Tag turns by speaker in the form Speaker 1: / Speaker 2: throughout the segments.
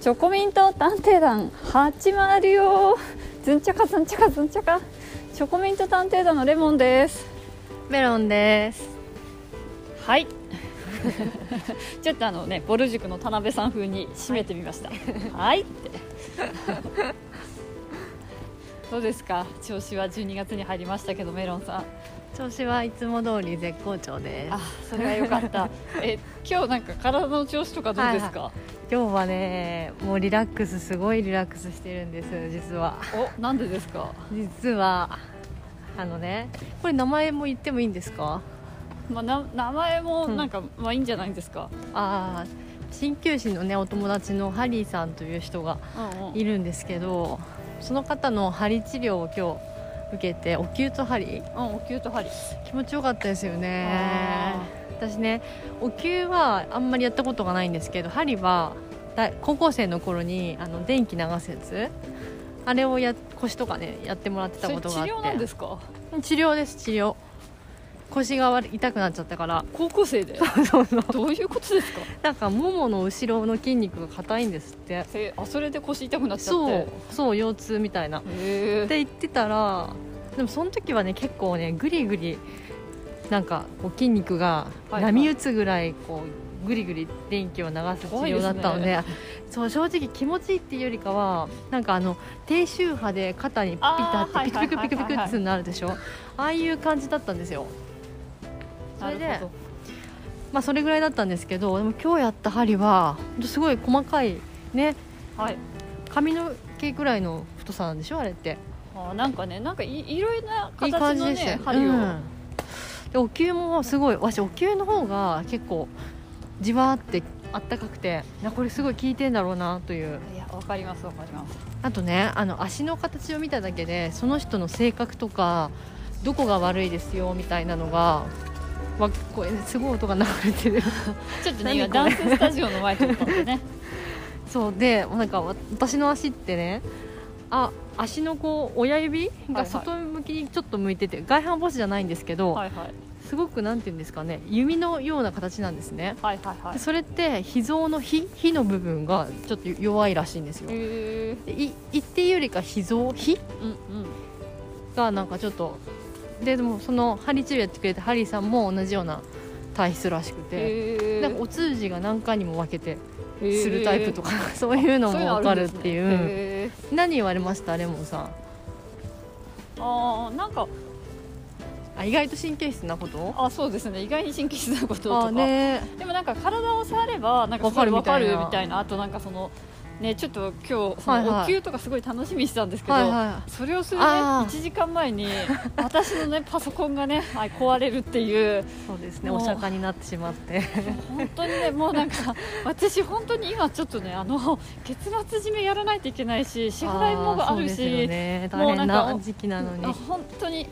Speaker 1: チョコミント探偵団始まるよずんちゃかずんちゃかずんちゃかチョコミント探偵団のレモンです
Speaker 2: メロンです。
Speaker 1: はい ちょっとあのねぼる塾の田辺さん風に締めてみましたはいってどうですか調子は12月に入りましたけどメロンさん
Speaker 2: 調子はいつも通り絶好調です。
Speaker 1: あそれは良かったえ今日なんか体の調子とかどうですか、
Speaker 2: 今日はね、もうリラックスすごいリラックスしてるんです。実は、
Speaker 1: おなんでですか
Speaker 2: 実はあのね、これ名前も言ってもいいんですか？
Speaker 1: まあ、な名前もなんか、まあいいんじゃないですか、
Speaker 2: ああ、鍼灸師のねお友達のハリーさんという人が
Speaker 1: うんうん
Speaker 2: いるんですけど、その方の針治療を今日受けてお灸と針
Speaker 1: うん、おキュートハリ
Speaker 2: 気持ちよかったですよね
Speaker 1: あ。
Speaker 2: 私ねお灸はあんまりやったことがないんですけど針は大高校生の頃にあの電気流すやつあれをや腰とかねやってもらってた
Speaker 1: それ
Speaker 2: ことがあって
Speaker 1: 治療なんですか
Speaker 2: 治療です治療腰が悪い痛くなっちゃったから
Speaker 1: 高校生で
Speaker 2: そうそう
Speaker 1: どういうことですか
Speaker 2: なんかももの後ろの筋肉が硬いんですって
Speaker 1: えあそれで腰痛くなっちゃって
Speaker 2: そうそう腰痛みたいなっ
Speaker 1: へ
Speaker 2: て言ってたらでもその時はね結構ねグリグリなんかこう筋肉が
Speaker 1: はいはい
Speaker 2: 波打つぐらいこうグリグリ電気を流す治
Speaker 1: 怖いで
Speaker 2: 療
Speaker 1: す
Speaker 2: だ
Speaker 1: ね
Speaker 2: ったのでそう正直気持ちいいっていうよりかはなんかあの低周波で肩にピタ
Speaker 1: あ
Speaker 2: っ
Speaker 1: ー
Speaker 2: てピクピクピクピ
Speaker 1: はいはいはい
Speaker 2: ク
Speaker 1: はい
Speaker 2: ってなるでしょああいう感じだったんですよ
Speaker 1: ー
Speaker 2: それで
Speaker 1: なるほ
Speaker 2: まあそれぐらいだったんですけどでも今日やった針はほんとすごい細かいね
Speaker 1: どはい
Speaker 2: 髪の毛ぐらいの太さなんでしょあれって
Speaker 1: あーなんかねなんかいいろいろない
Speaker 2: い
Speaker 1: 形
Speaker 2: 感じ
Speaker 1: の
Speaker 2: で
Speaker 1: ね
Speaker 2: したよ、
Speaker 1: 針を、
Speaker 2: うんでお灸もすごい私お灸の方が結構じわーってあったかくてなこれすごい効いてんだろうなという
Speaker 1: いやわかりますわかります
Speaker 2: あとねあの足の形を見ただけでその人の性格とかどこが悪いですよみたいなのがわこれ、ね、すごい音が流れてる
Speaker 1: ちょっとね今ダン
Speaker 2: 何
Speaker 1: ススタジオの前通ったんで ね
Speaker 2: そうでなんかわ私の足ってねあ足のこう親指
Speaker 1: はいは
Speaker 2: が
Speaker 1: い
Speaker 2: 外向きにちょっと向いてて、外反母趾じゃないんですけど、
Speaker 1: はいはい
Speaker 2: すごくなんていうんですかね弓のような形なんですね
Speaker 1: はいはいはい
Speaker 2: でそれって脾臓の脾脾の部分がちょっと弱いらしいんですよ
Speaker 1: へえ
Speaker 2: でい胃っていうよりか脾臓脾
Speaker 1: うんうん
Speaker 2: がなんかちょっとででもそのハリ治療やってくれたハリーさんも同じような体質らしくて
Speaker 1: へえ
Speaker 2: なんかお通じが何回にも分けてするタイプと
Speaker 1: か
Speaker 2: か そういうのも分かるっていう
Speaker 1: へー
Speaker 2: うん何言われましたレモンさん
Speaker 1: あーなんか
Speaker 2: あ意外と神経質なこと
Speaker 1: あそうですね意外に神経質なことと
Speaker 2: あ
Speaker 1: か、
Speaker 2: ね
Speaker 1: でもなんか体を触ればなんかすごいわ
Speaker 2: わか
Speaker 1: か
Speaker 2: るみたい
Speaker 1: る
Speaker 2: な
Speaker 1: みたいなあとなんかそのねちょっと今日そ
Speaker 2: はいは
Speaker 1: の
Speaker 2: い
Speaker 1: お灸とかすごい楽しみにしてたんですけど、
Speaker 2: はいは
Speaker 1: それをするね
Speaker 2: あー
Speaker 1: 1時間前に私の ねパソコンがねはい壊れるっていう
Speaker 2: いそうですね
Speaker 1: もう
Speaker 2: お釈迦になってしまって
Speaker 1: 本当にねもうなんか私本当に今ちょっとねあの月末締めやらないといけないし支払いもある
Speaker 2: ーそうです
Speaker 1: し
Speaker 2: よね、
Speaker 1: もう
Speaker 2: 大変
Speaker 1: なん
Speaker 2: な
Speaker 1: か
Speaker 2: 時期なのに
Speaker 1: あ本当に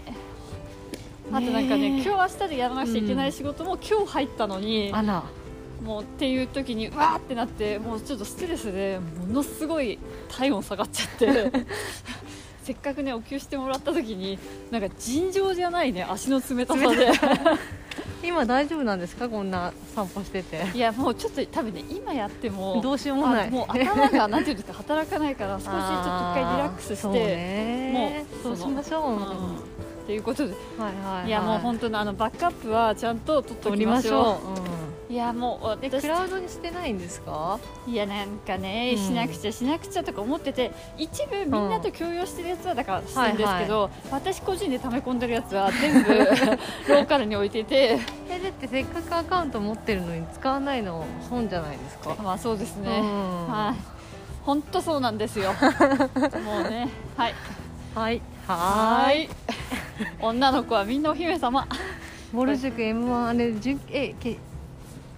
Speaker 1: あとなんかね
Speaker 2: ねえ
Speaker 1: 今日明日でやらなくちゃいけない仕事も今日入ったのに、
Speaker 2: あら
Speaker 1: もうっていう時にうわーってなってもうちょっとストレスでものすごい体温下がっちゃって せっかくねお給してもらった時になんか尋常じゃないね足の冷たさで
Speaker 2: 今大丈夫なんですかこんな散歩してて
Speaker 1: いやもうちょっと多分ね今やっても
Speaker 2: どうしようもな
Speaker 1: あ
Speaker 2: い
Speaker 1: もう頭がなんていうんですか働かない から少しちょっと一回リラックスして、
Speaker 2: あーそうね
Speaker 1: も
Speaker 2: そうう
Speaker 1: そ
Speaker 2: し
Speaker 1: の
Speaker 2: ましょう、
Speaker 1: うん
Speaker 2: は
Speaker 1: っていうことで
Speaker 2: いはいはい
Speaker 1: やもう本当にあのバックアップはちゃんと取ってお
Speaker 2: 撮
Speaker 1: き
Speaker 2: り
Speaker 1: ま
Speaker 2: ま
Speaker 1: し
Speaker 2: し
Speaker 1: ょ
Speaker 2: ょ
Speaker 1: ういやもう
Speaker 2: う、で
Speaker 1: 私
Speaker 2: クラウドにしてないんですか
Speaker 1: いやなんかね、
Speaker 2: うん
Speaker 1: しなくちゃしなくちゃとか思ってて一部みんなと共用してるやつはだからしてるんですけど、私個人で溜め込んでるやつは全 部ローカルに置いてて
Speaker 2: えだってせっかくアカウント持ってるのに使わないの損じゃないですか、
Speaker 1: まあそうです
Speaker 2: う
Speaker 1: ね、
Speaker 2: ん
Speaker 1: はい本当そうなんです よもうねはい
Speaker 2: はい
Speaker 1: は
Speaker 2: は
Speaker 1: ー
Speaker 2: ーい
Speaker 1: い女の子はみんなお姫様
Speaker 2: ボル塾 M1 あれ準えけ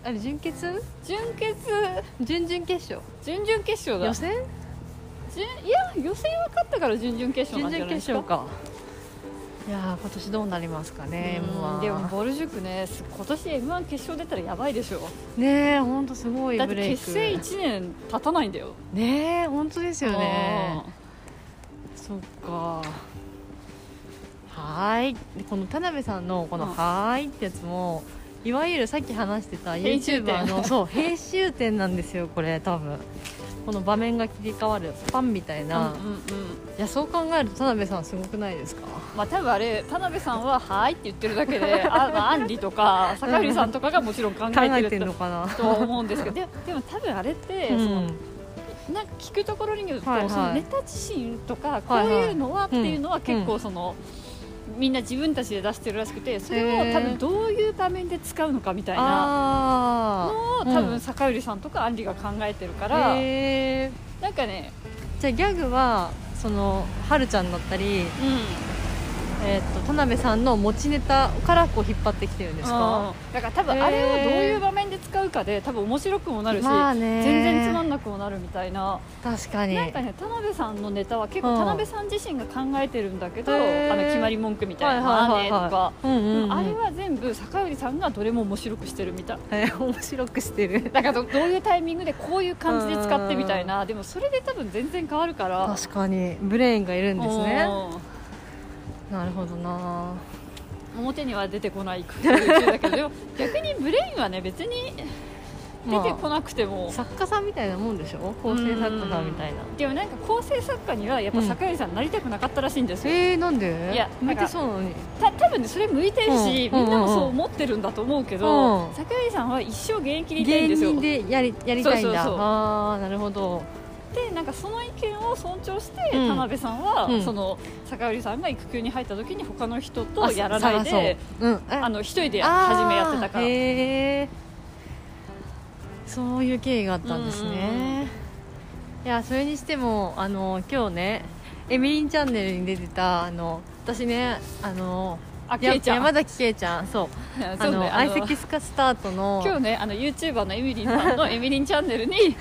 Speaker 2: あれ準決
Speaker 1: 準決
Speaker 2: 準々決勝
Speaker 1: 準々決勝だ
Speaker 2: 予選
Speaker 1: 準いや予選は勝ったから準々決勝
Speaker 2: 準
Speaker 1: なんじゃ
Speaker 2: 々
Speaker 1: ないで
Speaker 2: 決
Speaker 1: すか
Speaker 2: 勝かいやー今年どうなりますかね
Speaker 1: うん
Speaker 2: M1
Speaker 1: でもボル塾ねす今年 m 1決勝出たらやばいでしょ
Speaker 2: ねえ本当すごい
Speaker 1: だっ
Speaker 2: ブ
Speaker 1: て
Speaker 2: レイ
Speaker 1: 結
Speaker 2: ク
Speaker 1: 成1年経たないんだよ
Speaker 2: ねえ本当ですよね
Speaker 1: うん
Speaker 2: そっかはーいでこの田辺さんのこの
Speaker 1: うん
Speaker 2: 「はーい」ってやつもいわゆるさっき話してた
Speaker 1: 編集点
Speaker 2: YouTuber のそう編集点なんですよこれ多分この場面が切り替わるパンみたいな、
Speaker 1: うんうんうん
Speaker 2: いやそう考えると田辺さんすごくないですか
Speaker 1: まあ、多分あれ田辺さんは「はい」って言ってるだけで あ、まあ、アンリとか坂入さんとかがもちろん考
Speaker 2: 考
Speaker 1: え
Speaker 2: え
Speaker 1: て
Speaker 2: て
Speaker 1: る
Speaker 2: ん
Speaker 1: と
Speaker 2: のかな、
Speaker 1: と思うんですけどででも多分あれって、
Speaker 2: うん
Speaker 1: そのなんか聞くところによると、
Speaker 2: はいはい
Speaker 1: そのネタ自身とかこう
Speaker 2: はいはい
Speaker 1: いうのはっていうのは結
Speaker 2: う
Speaker 1: 構その、みんな自分たちで出してるらしくてそれ
Speaker 2: へ
Speaker 1: を
Speaker 2: ー
Speaker 1: 多分どういう場面で使うのかみたいなの
Speaker 2: あ
Speaker 1: を
Speaker 2: ー
Speaker 1: 多
Speaker 2: う
Speaker 1: 分
Speaker 2: ん
Speaker 1: 坂入さんとかアンリが考えてるか
Speaker 2: あ
Speaker 1: ら、
Speaker 2: へえ
Speaker 1: なんかね、
Speaker 2: じゃあギャグはそのはるちゃんだったり、えー、と田辺さんの持ちネタからこう引っ張ってきてるんですか
Speaker 1: うんだから多分あれをどういう場面で使うかで多分面白くもなるし、
Speaker 2: まあね
Speaker 1: 全然つまんなくもなるみたいな。
Speaker 2: 確かに
Speaker 1: なんかね田辺さんのネタは結
Speaker 2: う
Speaker 1: 構
Speaker 2: ん
Speaker 1: 田辺さん自身が考えてるんだけど、
Speaker 2: へー
Speaker 1: あの決まり文句みたいな
Speaker 2: はい
Speaker 1: の
Speaker 2: はいはいは
Speaker 1: と
Speaker 2: い
Speaker 1: か、
Speaker 2: うんうん
Speaker 1: で
Speaker 2: う
Speaker 1: も
Speaker 2: ん、
Speaker 1: あれは全部坂寄さんがどれも面白くしてるみたい
Speaker 2: え ー面白くしてる
Speaker 1: だからどどういうタイミングでこういう感じで使ってみたいなでもそれで多分全然変わるから
Speaker 2: 確かにブレーンがいるんですね
Speaker 1: うん
Speaker 2: なるほどな
Speaker 1: 表には出てこない空中だけどでも逆にブレインはね別に出てこなくても、
Speaker 2: 作家さんみたいなもんでしょ構成作家さんみたいな
Speaker 1: でもなんか構成作家にはやっぱ坂寄さんなりたくなかったらしいんですよ、
Speaker 2: えー、なんで
Speaker 1: いや
Speaker 2: 向いてそうなのに
Speaker 1: た多分ねそれ向いてるし、
Speaker 2: うん
Speaker 1: みんなもそう思ってるんだと思うけ
Speaker 2: う
Speaker 1: ど、
Speaker 2: ん
Speaker 1: 桜井さんは一生現役でいたいん
Speaker 2: 芸
Speaker 1: ですよ
Speaker 2: 人でやりやりたい
Speaker 1: そうそうそ
Speaker 2: んだ
Speaker 1: う
Speaker 2: ああなるほど
Speaker 1: でなんかその意見を尊重して、
Speaker 2: うん
Speaker 1: 田辺さんは、
Speaker 2: うん
Speaker 1: その坂井さんが育休に入った時に他の人
Speaker 2: あ
Speaker 1: とやらないで
Speaker 2: 探そううんえ
Speaker 1: あの一人で
Speaker 2: あー
Speaker 1: 初めやってたから
Speaker 2: へえそういう経緯があったんですね、
Speaker 1: うんうん
Speaker 2: いやそれにしてもあの今日ねエミリンチャンネルに出てたあの私ねあの
Speaker 1: あけ
Speaker 2: や
Speaker 1: いちゃん
Speaker 2: 山崎けいちゃんそう
Speaker 1: そ
Speaker 2: あ
Speaker 1: うね
Speaker 2: の
Speaker 1: あ
Speaker 2: 相
Speaker 1: の
Speaker 2: 席スカスタートの
Speaker 1: 今日ねあの YouTuber のエミリンさんのエミリンチャンネルに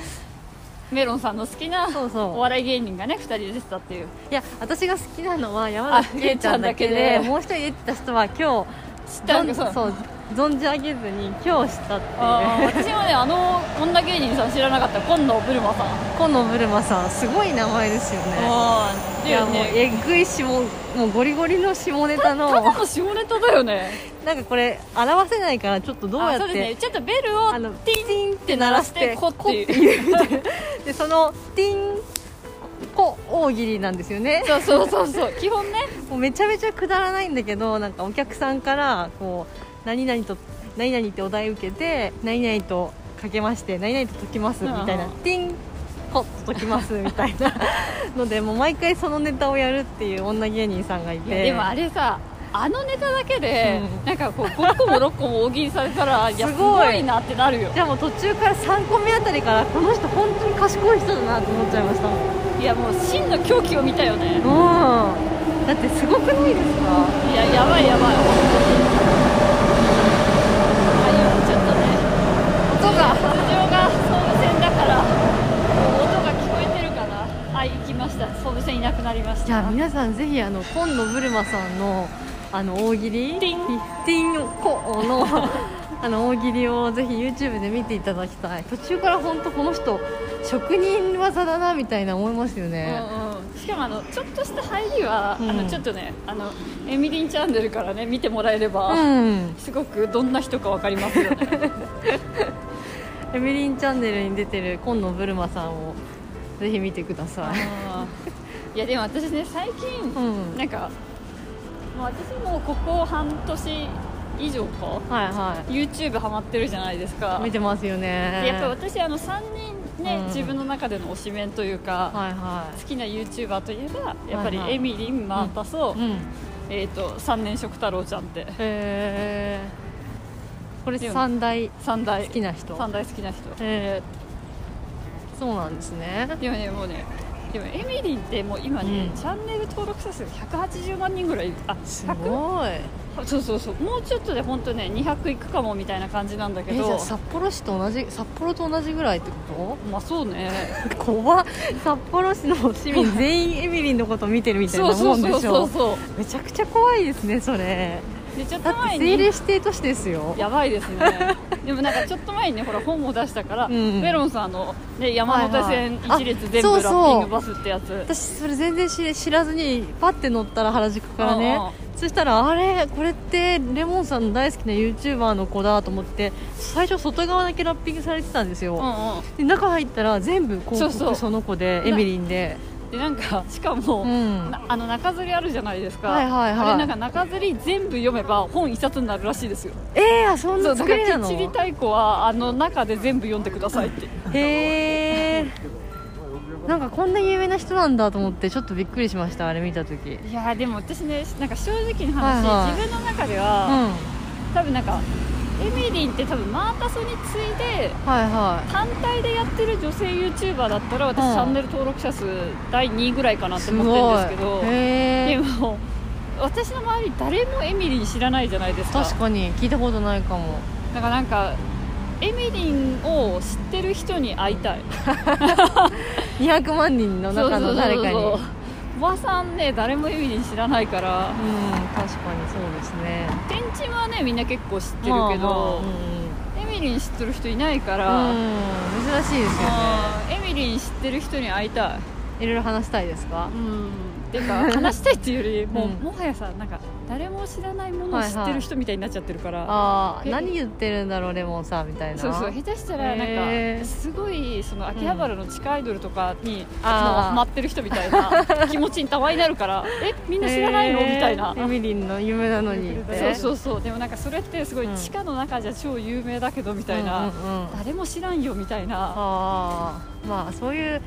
Speaker 1: メロンさんの好きな
Speaker 2: そう
Speaker 1: お
Speaker 2: そ
Speaker 1: 笑い芸人がね2人出てたっていう
Speaker 2: ういや私が好きなのは山崎けいちゃんだけ
Speaker 1: あけいちゃんだ
Speaker 2: で
Speaker 1: けで
Speaker 2: もう一人出てた人は今
Speaker 1: 知っ
Speaker 2: 日
Speaker 1: た
Speaker 2: ど
Speaker 1: んか
Speaker 2: ん
Speaker 1: そう
Speaker 2: そう存じ上げずに今日知ったって
Speaker 1: あー
Speaker 2: いう
Speaker 1: 私もねあの女芸人さん知らなかった今野ブルマさん
Speaker 2: 今野ブルマさんすごい名前ですよね
Speaker 1: あー
Speaker 2: いやもう
Speaker 1: ね
Speaker 2: えぐい下もうゴリゴリの下ネタ
Speaker 1: ただ
Speaker 2: の
Speaker 1: の下ネタだよね
Speaker 2: なんかこれ表せないからちょっとどうや
Speaker 1: あ
Speaker 2: っ
Speaker 1: そうです
Speaker 2: て
Speaker 1: ねちょっとベルを
Speaker 2: あの
Speaker 1: ティンって鳴
Speaker 2: 鳴
Speaker 1: ら
Speaker 2: ら
Speaker 1: し
Speaker 2: してて
Speaker 1: こって
Speaker 2: こ
Speaker 1: いう
Speaker 2: でそのティンこ大喜利なんですよね
Speaker 1: そうそうそうそう基本ね
Speaker 2: もうめちゃめちゃくだらないんだけどなんかお客さんからこう何々と何々ってお題受けて何々とかけまして何々と解きますみたいな
Speaker 1: うん
Speaker 2: ティンこっと解きますみたいなのでもう毎回そのネタをやるっていう女芸人さんがい
Speaker 1: いや
Speaker 2: て
Speaker 1: でもあれさあのネタだけで、
Speaker 2: うん
Speaker 1: なんかこう5個も6個も大喜利されたらいやす
Speaker 2: すご
Speaker 1: ご
Speaker 2: い
Speaker 1: いなってなるよ
Speaker 2: じゃあもう途中から3個目あたりからこの人本当に賢い人だなって思っちゃいました
Speaker 1: いやもう真の狂気を見たよね
Speaker 2: うんだってすごくないですか
Speaker 1: いややばいやばい本当にあ言っちゃったね音がスタジオが総武線だから音が聞こえてるかなはい行きました総武線いなくなりました
Speaker 2: じゃあ皆さんぜひあの今野ブルマさんのあの大喜利
Speaker 1: ティン
Speaker 2: ティンコの あの大喜利をぜひ YouTube で見ていただきたい途中から本当この人職人技だなみたいな思いますよね、
Speaker 1: うんうん、しかもあのちょっとした入りは、
Speaker 2: うん
Speaker 1: あのちょっとねあのエミリンチャンネルからね見てもらえれば、
Speaker 2: うん
Speaker 1: すごくどんな人かわかりますよ ね
Speaker 2: エミリンチャンネルに出てる今野ブルマさんをぜひ見てください、
Speaker 1: あーいやでも私ね最近、
Speaker 2: うん、はい
Speaker 1: なんかもう私もここ半年以上か
Speaker 2: は
Speaker 1: YouTube ハマってるじゃないですか
Speaker 2: い見てますよね
Speaker 1: でやっぱ私あの3人ね、
Speaker 2: うん
Speaker 1: 自分の中での推しメンというか、
Speaker 2: はいは
Speaker 1: 好きな YouTuber といえばやっぱり
Speaker 2: はいはい
Speaker 1: エミリン、マータソ、
Speaker 2: いうん
Speaker 1: えー、と三年食太郎ちゃんって
Speaker 2: えー、これ
Speaker 1: でも
Speaker 2: 三大
Speaker 1: 三大
Speaker 2: 好きな人
Speaker 1: 三大好きな人
Speaker 2: えー、そうなんですね
Speaker 1: でもねもうねでもエミリンってもう今ね、
Speaker 2: うん
Speaker 1: チャンネル登録者数180万人ぐらいあ
Speaker 2: す
Speaker 1: 100
Speaker 2: ごい
Speaker 1: そうそうそうもうちょっとで本当ね200いくかもみたいな感じなんだけ
Speaker 2: えじゃ
Speaker 1: ど
Speaker 2: あ札幌市と同じ札幌と同じぐらいってこ
Speaker 1: まあそうね
Speaker 2: と怖っ札幌市の市民全員エミリンのこと見てるみたい
Speaker 1: そう
Speaker 2: な
Speaker 1: そ
Speaker 2: も
Speaker 1: うん
Speaker 2: で
Speaker 1: そう
Speaker 2: し
Speaker 1: そう
Speaker 2: ょ
Speaker 1: そ
Speaker 2: めちゃくちゃ怖いですねそれ
Speaker 1: う寝ちゃっ
Speaker 2: だ
Speaker 1: た
Speaker 2: って
Speaker 1: 前
Speaker 2: 政令
Speaker 1: に
Speaker 2: 指定都市ですよ
Speaker 1: やばいですね でもなんかちょっと前にねほら本も出したから、
Speaker 2: うん
Speaker 1: メロンさんの、ね、山手線
Speaker 2: はいはい
Speaker 1: 一列全
Speaker 2: あそ
Speaker 1: 部
Speaker 2: うそ
Speaker 1: ラ
Speaker 2: う
Speaker 1: ッピングバスってやつ、
Speaker 2: 私それ全然知れ知らずにパッて乗ったら原宿からね、そしたらあれこれってレモンさんの大好きな YouTuber の子だと思って最初外側だけラッピングされてたんですよ、
Speaker 1: うんうんうん
Speaker 2: で中入ったら全部広
Speaker 1: そうそう
Speaker 2: 告その子でエミリンで、
Speaker 1: でなんかしかも、
Speaker 2: うん、
Speaker 1: なあの中吊りあるじゃないですか、
Speaker 2: はいはいはい
Speaker 1: あれなんか中吊り全部読めば本一冊になるらしいですよ
Speaker 2: えー、そん
Speaker 1: そ
Speaker 2: な
Speaker 1: うだ
Speaker 2: 作
Speaker 1: か
Speaker 2: りな
Speaker 1: ら
Speaker 2: の
Speaker 1: 知りたい子はあの中で全部読んでくださいって
Speaker 2: へえなんかこんな有名な人なんだと思ってちょっとびっくりしましたあれ見た時
Speaker 1: いやーでも私ねなんか正直に話、
Speaker 2: はいはい
Speaker 1: 自分の中で
Speaker 2: うん
Speaker 1: は、
Speaker 2: はい
Speaker 1: 多分なんかエミリンって多分マータソに次いで
Speaker 2: は
Speaker 1: 単体でやってる女性 YouTuber だったら私、
Speaker 2: うん
Speaker 1: チャンネル登録者数第2位ぐらいかなっ
Speaker 2: い
Speaker 1: て
Speaker 2: す
Speaker 1: 思
Speaker 2: ごい
Speaker 1: ってるんですけど
Speaker 2: へ
Speaker 1: で
Speaker 2: え
Speaker 1: も私の周り誰もエミリン知らないじゃないですか
Speaker 2: 確かに聞いたことないかも
Speaker 1: だからなんかエミリンを知ってる人に会いたい
Speaker 2: 200万人の中の誰か
Speaker 1: そ
Speaker 2: に
Speaker 1: うそうそうそうおばさんね誰もエミリン知らないから
Speaker 2: うん確かにそうですね
Speaker 1: 天神はねみんな結構知ってるけど、
Speaker 2: まあまあうん
Speaker 1: エミリン知ってる人いないか
Speaker 2: う
Speaker 1: ら、
Speaker 2: んうん珍しいですよね
Speaker 1: あーエミリン知ってる人に会いたい
Speaker 2: いろいろ話したいですか
Speaker 1: うんてか話したいっていうよりもう、
Speaker 2: うん
Speaker 1: もはやさなんか誰も知らないものを知ってる人みたいになっちゃってるから、
Speaker 2: あー
Speaker 1: え
Speaker 2: 何言ってるんだろうレモンさんみたいな
Speaker 1: そうそう下手したらなん
Speaker 2: へ
Speaker 1: か
Speaker 2: ー
Speaker 1: すごいその秋葉原の地下アイドルとかに、もう
Speaker 2: あー
Speaker 1: ハマってる人みたい な気持ちにたわになるからえみんな知らないの、
Speaker 2: へー
Speaker 1: みたいな
Speaker 2: エミリンの夢なのにって
Speaker 1: そうそうそうでもなんかそれってすごい
Speaker 2: うん
Speaker 1: 地下の中じゃ超有名だけどみたいな、
Speaker 2: うんうんうん
Speaker 1: 誰も知らんよみたいな
Speaker 2: ああまあそういう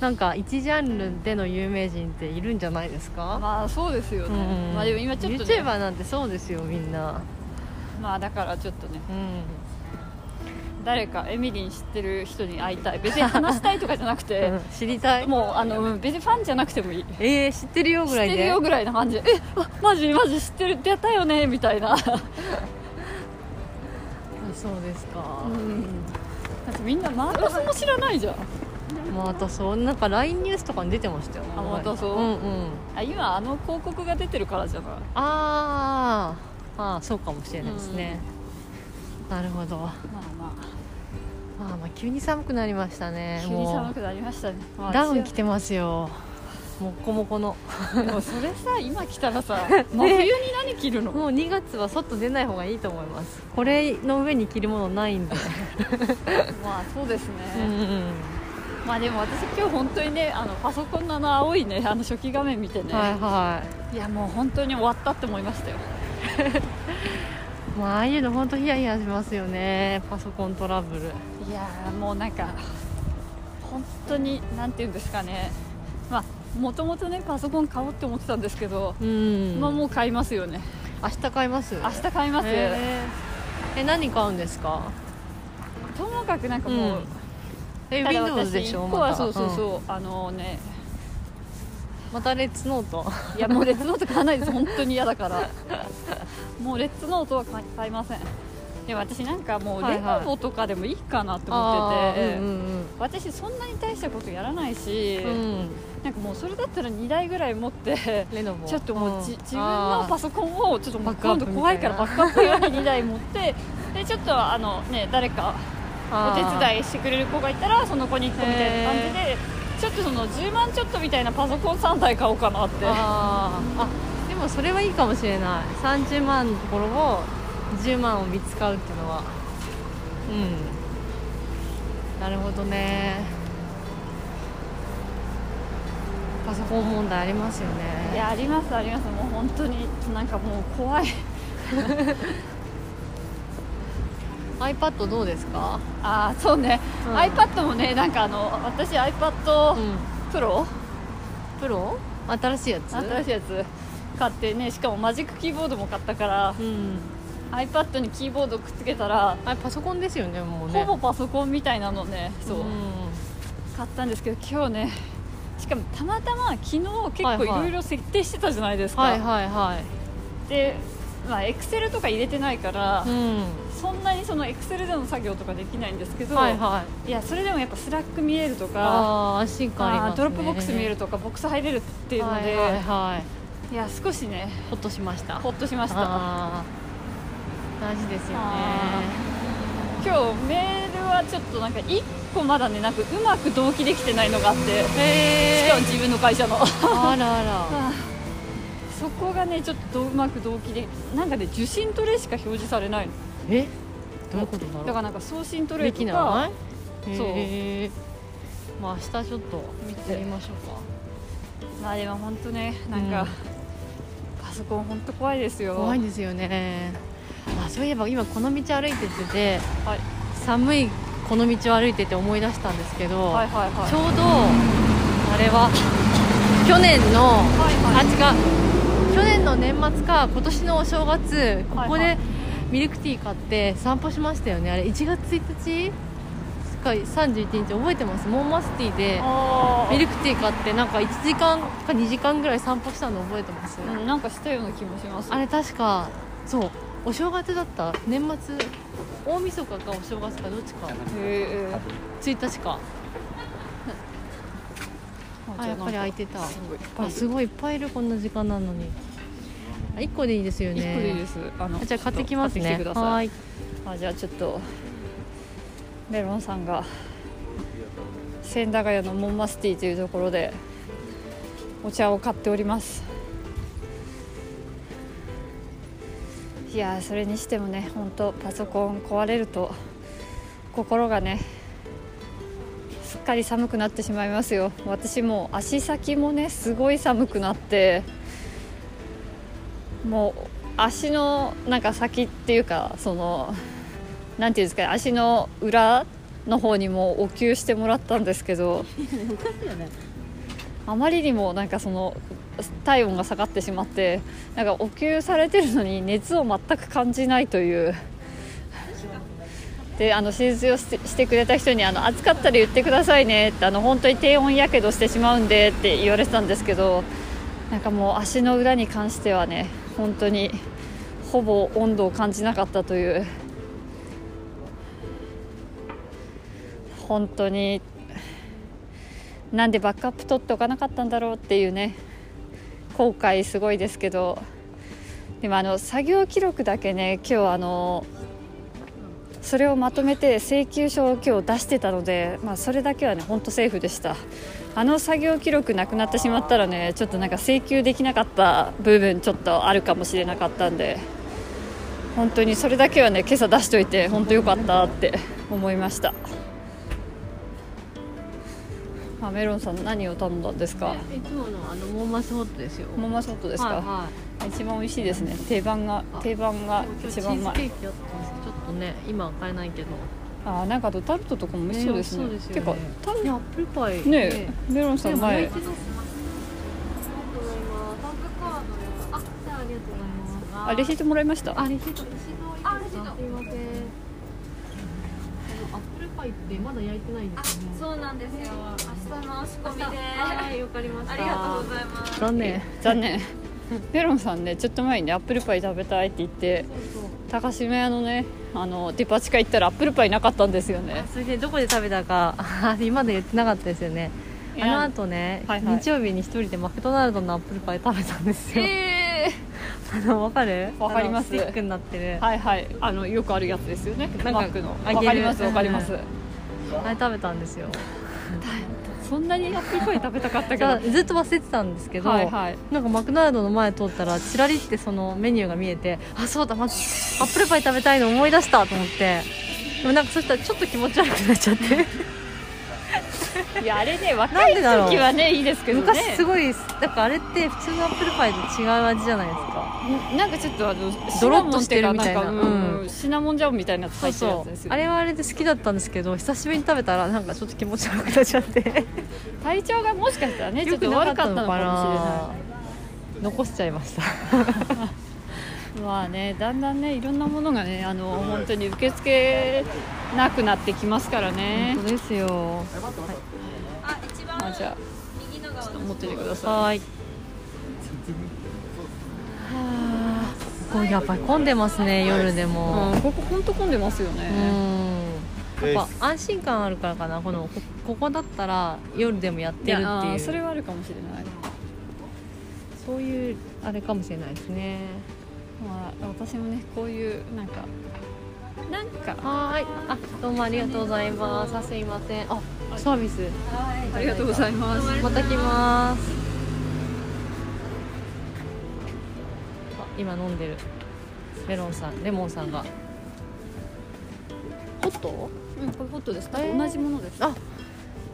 Speaker 2: なんか一ジャンルでの有名人っているんじゃないですか、
Speaker 1: まあそうですよ
Speaker 2: う
Speaker 1: ね、
Speaker 2: ん
Speaker 1: まあでも今ちょっと、ね、
Speaker 2: YouTuber なんてそうですよみんな
Speaker 1: まあだからちょっとね
Speaker 2: うん
Speaker 1: 誰かエミリン知ってる人に会いたい別に話したいとかじゃなくて
Speaker 2: うん知りたい
Speaker 1: もうあのうん別にファンじゃなくてもいい
Speaker 2: えー、知ってるよ
Speaker 1: 知
Speaker 2: ぐ
Speaker 1: っ
Speaker 2: らいで
Speaker 1: てるよぐらいな感じでえあマジマジ知ってるってやったよねみたいな、
Speaker 2: あそうですか、
Speaker 1: だってみんなマーカスも知らないじゃん
Speaker 2: まあ、たそうなんか LINE ニュースとかに出てましたよ
Speaker 1: あまたそう
Speaker 2: うんうん
Speaker 1: あ今あの広告が出てるからじゃない
Speaker 2: あーあーそうかもしれないですね、なるほどま
Speaker 1: まあま
Speaker 2: あまあ急に寒くなりました
Speaker 1: あ
Speaker 2: ね
Speaker 1: 急に寒
Speaker 2: も
Speaker 1: くなりましたね、まあ
Speaker 2: うダウン着てますよもっこもこの
Speaker 1: でもそれさ今来たら さ真冬に何着るの、
Speaker 2: もう2月は外出ない方がいいと思いますこれの上に着るものない んで、
Speaker 1: まあそうですね、
Speaker 2: は
Speaker 1: まあでも私今日本当にねあのパソコンのあの青いねあの初期画面見てね、、
Speaker 2: い はい
Speaker 1: やもう本当に終わったって思いましたよ
Speaker 2: いまあああいうの本当ヒヤヒヤしますよねパソコントラブル
Speaker 1: いやーもうなんか本当になんていうんですかねまあもともとねパソコン買おうって思ってたんですけど、
Speaker 2: うん
Speaker 1: まあ
Speaker 2: も
Speaker 1: もう買いますよね
Speaker 2: 明日買います
Speaker 1: 明日買います、
Speaker 2: へーえ何買うんですか
Speaker 1: ともかくなんかもう、
Speaker 2: うんえ
Speaker 1: ただ
Speaker 2: Windows
Speaker 1: 私
Speaker 2: でしょ
Speaker 1: 一個は
Speaker 2: また
Speaker 1: そうそうそう、あのね
Speaker 2: うんまたレッツノート
Speaker 1: いやもうレッツノート買わないです本当に嫌だ からもうレッツノートは買い買いませんでも私なんかもう
Speaker 2: はい
Speaker 1: レ
Speaker 2: はい
Speaker 1: ノボとかでもいいかなと思
Speaker 2: あ
Speaker 1: ってて、
Speaker 2: ーうん
Speaker 1: 私そんなに大したことやらないし、
Speaker 2: うんうんうん
Speaker 1: なんかもうそれだったら2台ぐらい持 って
Speaker 2: レノボ
Speaker 1: ちょっともうじ、
Speaker 2: ん
Speaker 1: 自分のパソコンをちょっともう
Speaker 2: バックアッ
Speaker 1: 今
Speaker 2: プ
Speaker 1: 度怖いからバ
Speaker 2: み
Speaker 1: ックアップ用に2台持 ってでちょっとあのね誰かお
Speaker 2: あ
Speaker 1: 手
Speaker 2: ー
Speaker 1: 伝いしてくれる子がいたらその子に行ってみたいな感じでちょっとその10万ちょっとみたいなパソコン3台買おうかなって
Speaker 2: あーあでもそれはいいかもしれない30万のところを10万を見つかうっていうのはうんなるほどねパソコン問題ありますよね
Speaker 1: いやありますありますもう本当になんかもう怖い
Speaker 2: iPad どうですか
Speaker 1: ああそうね、
Speaker 2: うん
Speaker 1: iPad もねなんかあの私 iPad
Speaker 2: ん
Speaker 1: Pro、
Speaker 2: プロ新しいやつ
Speaker 1: 新しいやつ買ってねしかもマジックキーボードも買ったから
Speaker 2: うん
Speaker 1: iPad にキーボードくっつけたら、
Speaker 2: あれパソコンですよねもうね
Speaker 1: ほぼパソコンみたいなのねそう、
Speaker 2: うん
Speaker 1: 買ったんですけど今日ねしかもたまたま昨日結
Speaker 2: はい
Speaker 1: 構
Speaker 2: はい
Speaker 1: いろいろ設定してたじゃないですか、
Speaker 2: はいはいはい
Speaker 1: でまあエクセルとか入れてないから、
Speaker 2: うん
Speaker 1: そんなにそのエクセルでの作業とかできないんですけど、
Speaker 2: はいはい
Speaker 1: いやそれでもやっぱスラック見えるとか
Speaker 2: ああ安心感あり
Speaker 1: あ
Speaker 2: ま
Speaker 1: ー
Speaker 2: すね
Speaker 1: ドロップボックス見えるとかボックス入れるっていうので、
Speaker 2: はいはいはい
Speaker 1: いや少しね
Speaker 2: ほっとしました
Speaker 1: ほっとしました
Speaker 2: あー大事ですよね
Speaker 1: あ今日メールはちょっとなんか1個まだねなんかうまく同期できてないのがあってし
Speaker 2: へ
Speaker 1: かも自分の会社 の
Speaker 2: あらあら
Speaker 1: そこがねちょっとうまく同期でなんかね受信トレしか表示されないの
Speaker 2: えどういうことだろう
Speaker 1: だからなんか送信トレ
Speaker 2: で
Speaker 1: と
Speaker 2: き
Speaker 1: か
Speaker 2: ない
Speaker 1: そう
Speaker 2: へーまあ明日ちょっと見てみましょうか
Speaker 1: まあでも本当ねなん
Speaker 2: う
Speaker 1: か
Speaker 2: ん、
Speaker 1: パソコン本当怖いですよ
Speaker 2: 怖いんですよねあそういえば今この道歩いててて、
Speaker 1: はい
Speaker 2: 寒いこの道を歩いてて思い出したんですけど、
Speaker 1: はいはいはい
Speaker 2: ちょうどあれは去年の
Speaker 1: はい
Speaker 2: あ
Speaker 1: はい
Speaker 2: 違う去年の年末か今年のお正月ここ
Speaker 1: は
Speaker 2: で
Speaker 1: い
Speaker 2: ミルクティー買って散歩しましたよねあれ1月1日か31日覚えてますモーマスティーで
Speaker 1: あー
Speaker 2: ミルクティー買ってなんか1時間か2時間ぐらい散歩したの覚えてます、
Speaker 1: うん、なんかしたような気もします
Speaker 2: あれ確かそうお正月だった年末大晦日かお正月かどっちか
Speaker 1: へえ
Speaker 2: 1日かあやっぱり開いてた
Speaker 1: すごいいっぱい
Speaker 2: あすごいいっぱいいるこんな時間なのにあ1個でいいですよ
Speaker 1: 一
Speaker 2: ね
Speaker 1: 個でいいですあの
Speaker 2: あじゃあ買ってきます
Speaker 1: ちょっと買ってき
Speaker 2: ね
Speaker 1: てくださ
Speaker 2: はいい
Speaker 1: あじゃあちょっとメロンさんが千駄ヶ谷のモンマスティというところでお茶を買っておりますいやーそれにしてもね本当パソコン壊れると心がねすっかり寒くなってしまいますよ私もう足先もねすごい寒くなってもう足のなんか先っていうかそのなんていうんですか足の裏の方にもお給してもらったんですけどあまりにもなんかその体温が下がってしまってなんかお給されてるのに熱を全く感じないという。であの手術をしてしてくれた人にあの暑かったら言ってくださいねってあの本当に低温やけどしてしまうんでって言われてたんですけどなんかもう足の裏に関してはね本当にほぼ温度を感じなかったという本当になんでバックアップ取っておかなかったんだろうっていうね後悔すごいですけどでもあの作業記録だけね今日あのそれをまとめて請求書を今日出してたので、まあ、それだけはね本当セーフでしたあの作業記録なくなってしまったらねちょっとなんか請求できなかった部分ちょっとあるかもしれなかったんで本当にそれだけはね今朝出しといて本当よかったって思いました、まあ、メロンさん何を頼んだんですか
Speaker 2: いつものあのモーマスホットですよ
Speaker 1: モンマスホットですか、
Speaker 2: は
Speaker 1: 一番美味しいですね定番が
Speaker 2: あ
Speaker 1: 定番
Speaker 2: いは
Speaker 1: が
Speaker 2: い、今日チ
Speaker 1: 一番うま
Speaker 2: ーズケ
Speaker 1: い
Speaker 2: ーキあったんですけどちょっとね今は買えないけど
Speaker 1: あーなんかあとタルトとかも美味しそうですね
Speaker 2: ね美味しそう
Speaker 1: て
Speaker 2: です
Speaker 1: か
Speaker 2: よね
Speaker 1: タ
Speaker 2: い
Speaker 1: ル
Speaker 2: やアップルパイ
Speaker 1: トねメロンさ
Speaker 2: で
Speaker 1: ん
Speaker 2: も焼
Speaker 1: 前
Speaker 2: いてどうする
Speaker 3: あ、じゃあありがとうございます。
Speaker 1: あレシートもらいました
Speaker 2: あレシート
Speaker 3: あ、嬉しいの
Speaker 2: すいませんアップルパイってまだ焼いてないんですよね
Speaker 3: そうなんですよ。明日の仕込みで。
Speaker 2: はいわかりました
Speaker 3: ありがとうございます。
Speaker 2: 残念
Speaker 1: 残念 メロンさんねちょっと前にねアップルパイ食べたいって言って
Speaker 2: そうそう
Speaker 1: 高島屋のねあのデパ地下行ったらアップルパイなかったんですよね
Speaker 2: それでどこで食べたか 今まで言ってなかったですよね
Speaker 1: い
Speaker 2: あ
Speaker 1: や
Speaker 2: の後ね、
Speaker 1: はいはい
Speaker 2: 日曜日に一人でマクドナルドのアップルパイ食べたんですよ、
Speaker 1: え
Speaker 2: あのわかる
Speaker 1: わかります
Speaker 2: あのスティックになってる、
Speaker 1: ー はいはいあのよくあるやつですよね
Speaker 2: か
Speaker 1: マックのわ
Speaker 2: あげる
Speaker 1: かりますわかります、
Speaker 2: うんあれ食べたんですよ
Speaker 1: そんなにアップルパイ食べたか ったけ
Speaker 2: だ
Speaker 1: ど
Speaker 2: ずっと忘れてたんですけど、
Speaker 1: はいはい
Speaker 2: なんかマクドナルドの前通ったらチラリってそのメニューが見えてあそうだまずアップルパイ食べたいの思い出したと思ってでもなんかそしたらちょっと気持ち悪くなっちゃって
Speaker 1: いやあれね若い
Speaker 2: なんでだろう
Speaker 1: 時はねいいですけどね
Speaker 2: 昔すごいだからあれって普通のアップルパイと違う味じゃないですか
Speaker 1: なんかちょっとあの
Speaker 2: ドロッとしてるみたいな
Speaker 1: シナモンってうかんか、
Speaker 2: うん
Speaker 1: シナモンジャムみたいなやつ
Speaker 2: そ
Speaker 1: 入
Speaker 2: う
Speaker 1: ってるや
Speaker 2: そ
Speaker 1: つです
Speaker 2: う
Speaker 1: よ
Speaker 2: あ
Speaker 1: ね
Speaker 2: れはあれで好きだったんですけど久しぶりに食べたらなんかちょっと気持ち悪くなっちゃって
Speaker 1: 体調がもしかしたらねちょ
Speaker 2: 良
Speaker 1: っと
Speaker 2: くな
Speaker 1: 悪かったのかもしれない
Speaker 2: 残しちゃいま した
Speaker 1: いまあねだんだんねいろんなものがねあの本当に受け付けなくなってきますからね
Speaker 2: 本当ですよ
Speaker 3: あ、一番
Speaker 1: まあじゃ
Speaker 3: 右の側
Speaker 1: あ持っててください
Speaker 2: はい。こうやっぱり混んでますね夜でも
Speaker 1: うん、ここ本当混んでますよ
Speaker 2: う
Speaker 1: ね、
Speaker 2: んやっぱ安心感あるからかなこのこここだったら夜でもやっ
Speaker 1: い
Speaker 2: て
Speaker 1: や
Speaker 2: るって
Speaker 1: あ
Speaker 2: い
Speaker 1: ー
Speaker 2: う
Speaker 1: それはあるかもしれない
Speaker 2: そういうあれかもしれないですね
Speaker 1: まあ、私もねこういうなんかなんか
Speaker 2: はーいあどうもありがとうございますあすいませんあサービス
Speaker 3: は
Speaker 1: あ
Speaker 3: い
Speaker 1: りがとうございます
Speaker 2: また来ますあ今飲んでるメロンさんレモンさんがホット
Speaker 1: うんこれホットですか、
Speaker 2: えー
Speaker 1: 同じものです
Speaker 2: あ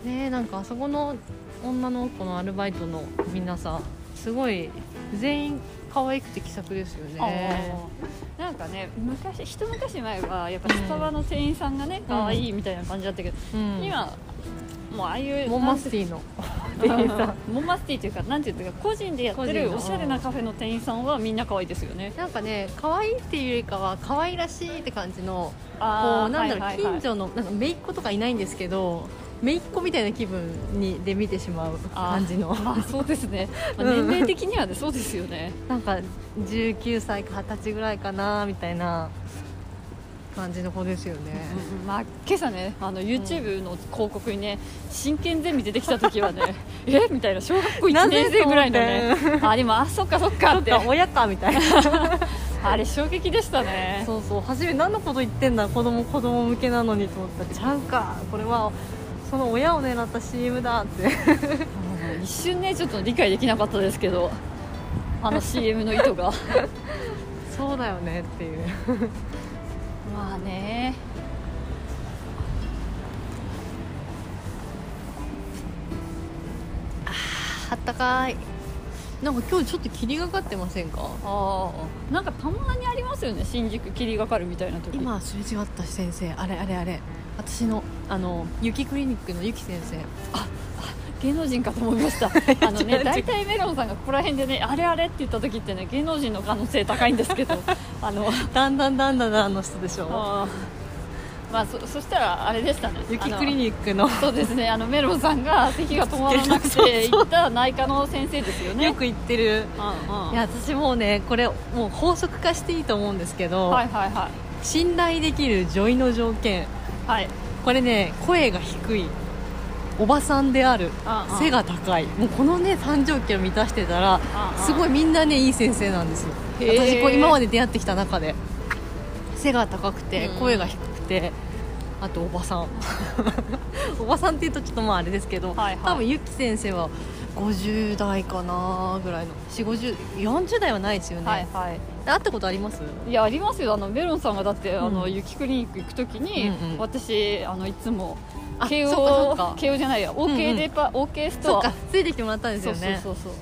Speaker 2: ねえなんかあそこの女の子のアルバイトのみんなさすごい全員可愛くて気さくですよね
Speaker 1: あーなんかね昔一昔前はやっぱスタバの店員さんがね可愛、いいみたいな感じだったけど、
Speaker 2: うん
Speaker 1: 今もうああいう
Speaker 2: モンマス
Speaker 1: ィ
Speaker 2: ティの
Speaker 1: 店員さんモンマスティというかなんていうか個人でやって
Speaker 2: 個人
Speaker 1: る
Speaker 2: の
Speaker 1: おしゃれなカフェの店員さんはみんな可愛いですよね
Speaker 2: なんかね可愛いっていうよりかは可愛らしいって感じのこ
Speaker 1: あ
Speaker 2: う
Speaker 1: ー
Speaker 2: なんだろう、
Speaker 1: はいはいはい
Speaker 2: 近所のなんか姪っ子とかいないんですけど姪っ子みたいな気分にで見てしまう
Speaker 1: あー
Speaker 2: 感じの
Speaker 1: まあ そうですね、まあ
Speaker 2: うん
Speaker 1: 年齢的にはねそうですよね
Speaker 2: なんか19歳か20歳ぐらいかなみたいな感じの子ですよね、
Speaker 1: うんまあ、今朝ねあの YouTube の広告にね真剣ゼミ出てきた時はね えみたいな小学校1年生ぐらいの
Speaker 2: な
Speaker 1: ねあでもあそっかそっかって
Speaker 2: なんか親かみたいな
Speaker 1: あれ衝撃でしたね
Speaker 2: そうそう初め何のこと言ってんだ子供子供向けなのにと思ったらちゃうかこれはその親を狙った CM だって
Speaker 1: うん一瞬ねちょっと理解できなかったですけどあの CM の意図が
Speaker 2: そうだよねっていう
Speaker 1: まあね
Speaker 2: あったかいなんか今日ちょっと霧がかってませんか
Speaker 1: ああなんかたまにありますよね新宿霧がかるみたいな時
Speaker 2: 今すれ違った先生あれあれあれ私のあの雪クリニックの雪先生
Speaker 1: 芸能人かと思いました あの
Speaker 2: 違う違
Speaker 1: ね
Speaker 2: う
Speaker 1: 大体メロンさんがここら辺でねあれあれって言った時ってね芸能人の可能性高いんです けどあの
Speaker 2: だんだんだんだんだんの人でしょ
Speaker 1: あーまあそそしたらあれでしたね
Speaker 2: 雪クリ
Speaker 1: ッ
Speaker 2: ニックの
Speaker 1: そうですねあのメロンさんが咳が止まらな くて行った内科の先生ですよね
Speaker 2: よく行ってる
Speaker 1: うんうん
Speaker 2: いや私もうねこれもう法則化していいと思うんですけど、
Speaker 1: はいはいはい
Speaker 2: 信頼できる女医の条件
Speaker 1: はい
Speaker 2: これね声が低いおばさんである
Speaker 1: うんうん
Speaker 2: 背が高いもうこのね三条件を満たしてたら
Speaker 1: うんうん
Speaker 2: すごいみんなねいい先生なんですよ
Speaker 1: へー
Speaker 2: 私こう今まで出会ってきた中で背が高くて
Speaker 1: うん
Speaker 2: 声が低くてあとおば さんおばさんっていうとちょっとまああれですけど、
Speaker 1: はいはい
Speaker 2: 多分ゆき先生は50代かなぐらいの4 5 0 40代はないですよね、
Speaker 1: はいはい
Speaker 2: 会ったことあります
Speaker 1: いやありますよあのメロンさんがだって、あ
Speaker 2: う
Speaker 1: の
Speaker 2: ん
Speaker 1: 雪クリニック行くときに、
Speaker 2: うんうん
Speaker 1: 私あのいつも
Speaker 2: あ
Speaker 1: 慶
Speaker 2: そうかそう
Speaker 1: 応
Speaker 2: か
Speaker 1: 慶応じゃないや
Speaker 2: ん
Speaker 1: OK デパ、OK ス
Speaker 2: そ
Speaker 1: ト
Speaker 2: う
Speaker 1: ア
Speaker 2: かついてきてもらったんです
Speaker 1: そ
Speaker 2: よ
Speaker 1: う
Speaker 2: ね
Speaker 1: そうそうそう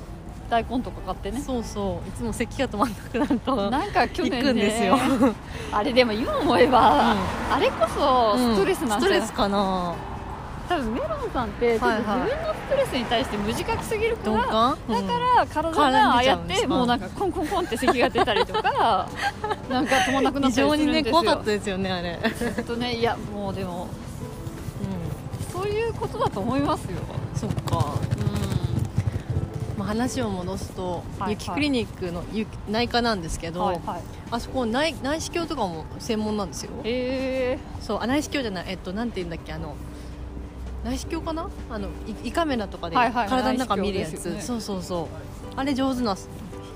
Speaker 1: 大根とか買ってね
Speaker 2: そうそういつも咳が止まんなくなると
Speaker 1: なんか去年、ね、
Speaker 2: 行くんですよ
Speaker 1: あれでも今思えば、
Speaker 2: う
Speaker 1: あれこそストレスなん
Speaker 2: ス
Speaker 1: じ
Speaker 2: ト
Speaker 1: ゃない、
Speaker 2: レスかな
Speaker 1: 多分メロンさんってちょっと
Speaker 2: はい
Speaker 1: 自
Speaker 2: はい
Speaker 1: 分のストレスに対して無自覚すぎるから、
Speaker 2: 鈍感
Speaker 1: だ
Speaker 2: うん
Speaker 1: から体がああやっ
Speaker 2: 絡んでちゃうんです
Speaker 1: て
Speaker 2: か
Speaker 1: もうなんかコンコンコンって咳が出たりと かなんか止まんなくな
Speaker 2: 非
Speaker 1: ったり
Speaker 2: 常
Speaker 1: するん
Speaker 2: に
Speaker 1: ですよ
Speaker 2: ね怖かったですよねあれ、
Speaker 1: ちょっとねいやもうでもそういうことだと思いますよ
Speaker 2: そっか、
Speaker 1: う
Speaker 2: まあ、話を戻すと、
Speaker 1: はいはい
Speaker 2: 雪クリニックの雪内科なんですけ
Speaker 1: ん
Speaker 2: ど、
Speaker 1: はいはい
Speaker 2: あそこ内内視鏡とかも専門なんですよ
Speaker 1: え
Speaker 2: そうあ内視鏡じゃないえっとなんて言うんだっけあの内視鏡かなあのい胃カメラとかで
Speaker 1: はいはい
Speaker 2: 体の中見るや
Speaker 1: 内視
Speaker 2: つ、
Speaker 1: 鏡です
Speaker 2: そうそうそうあれ上手な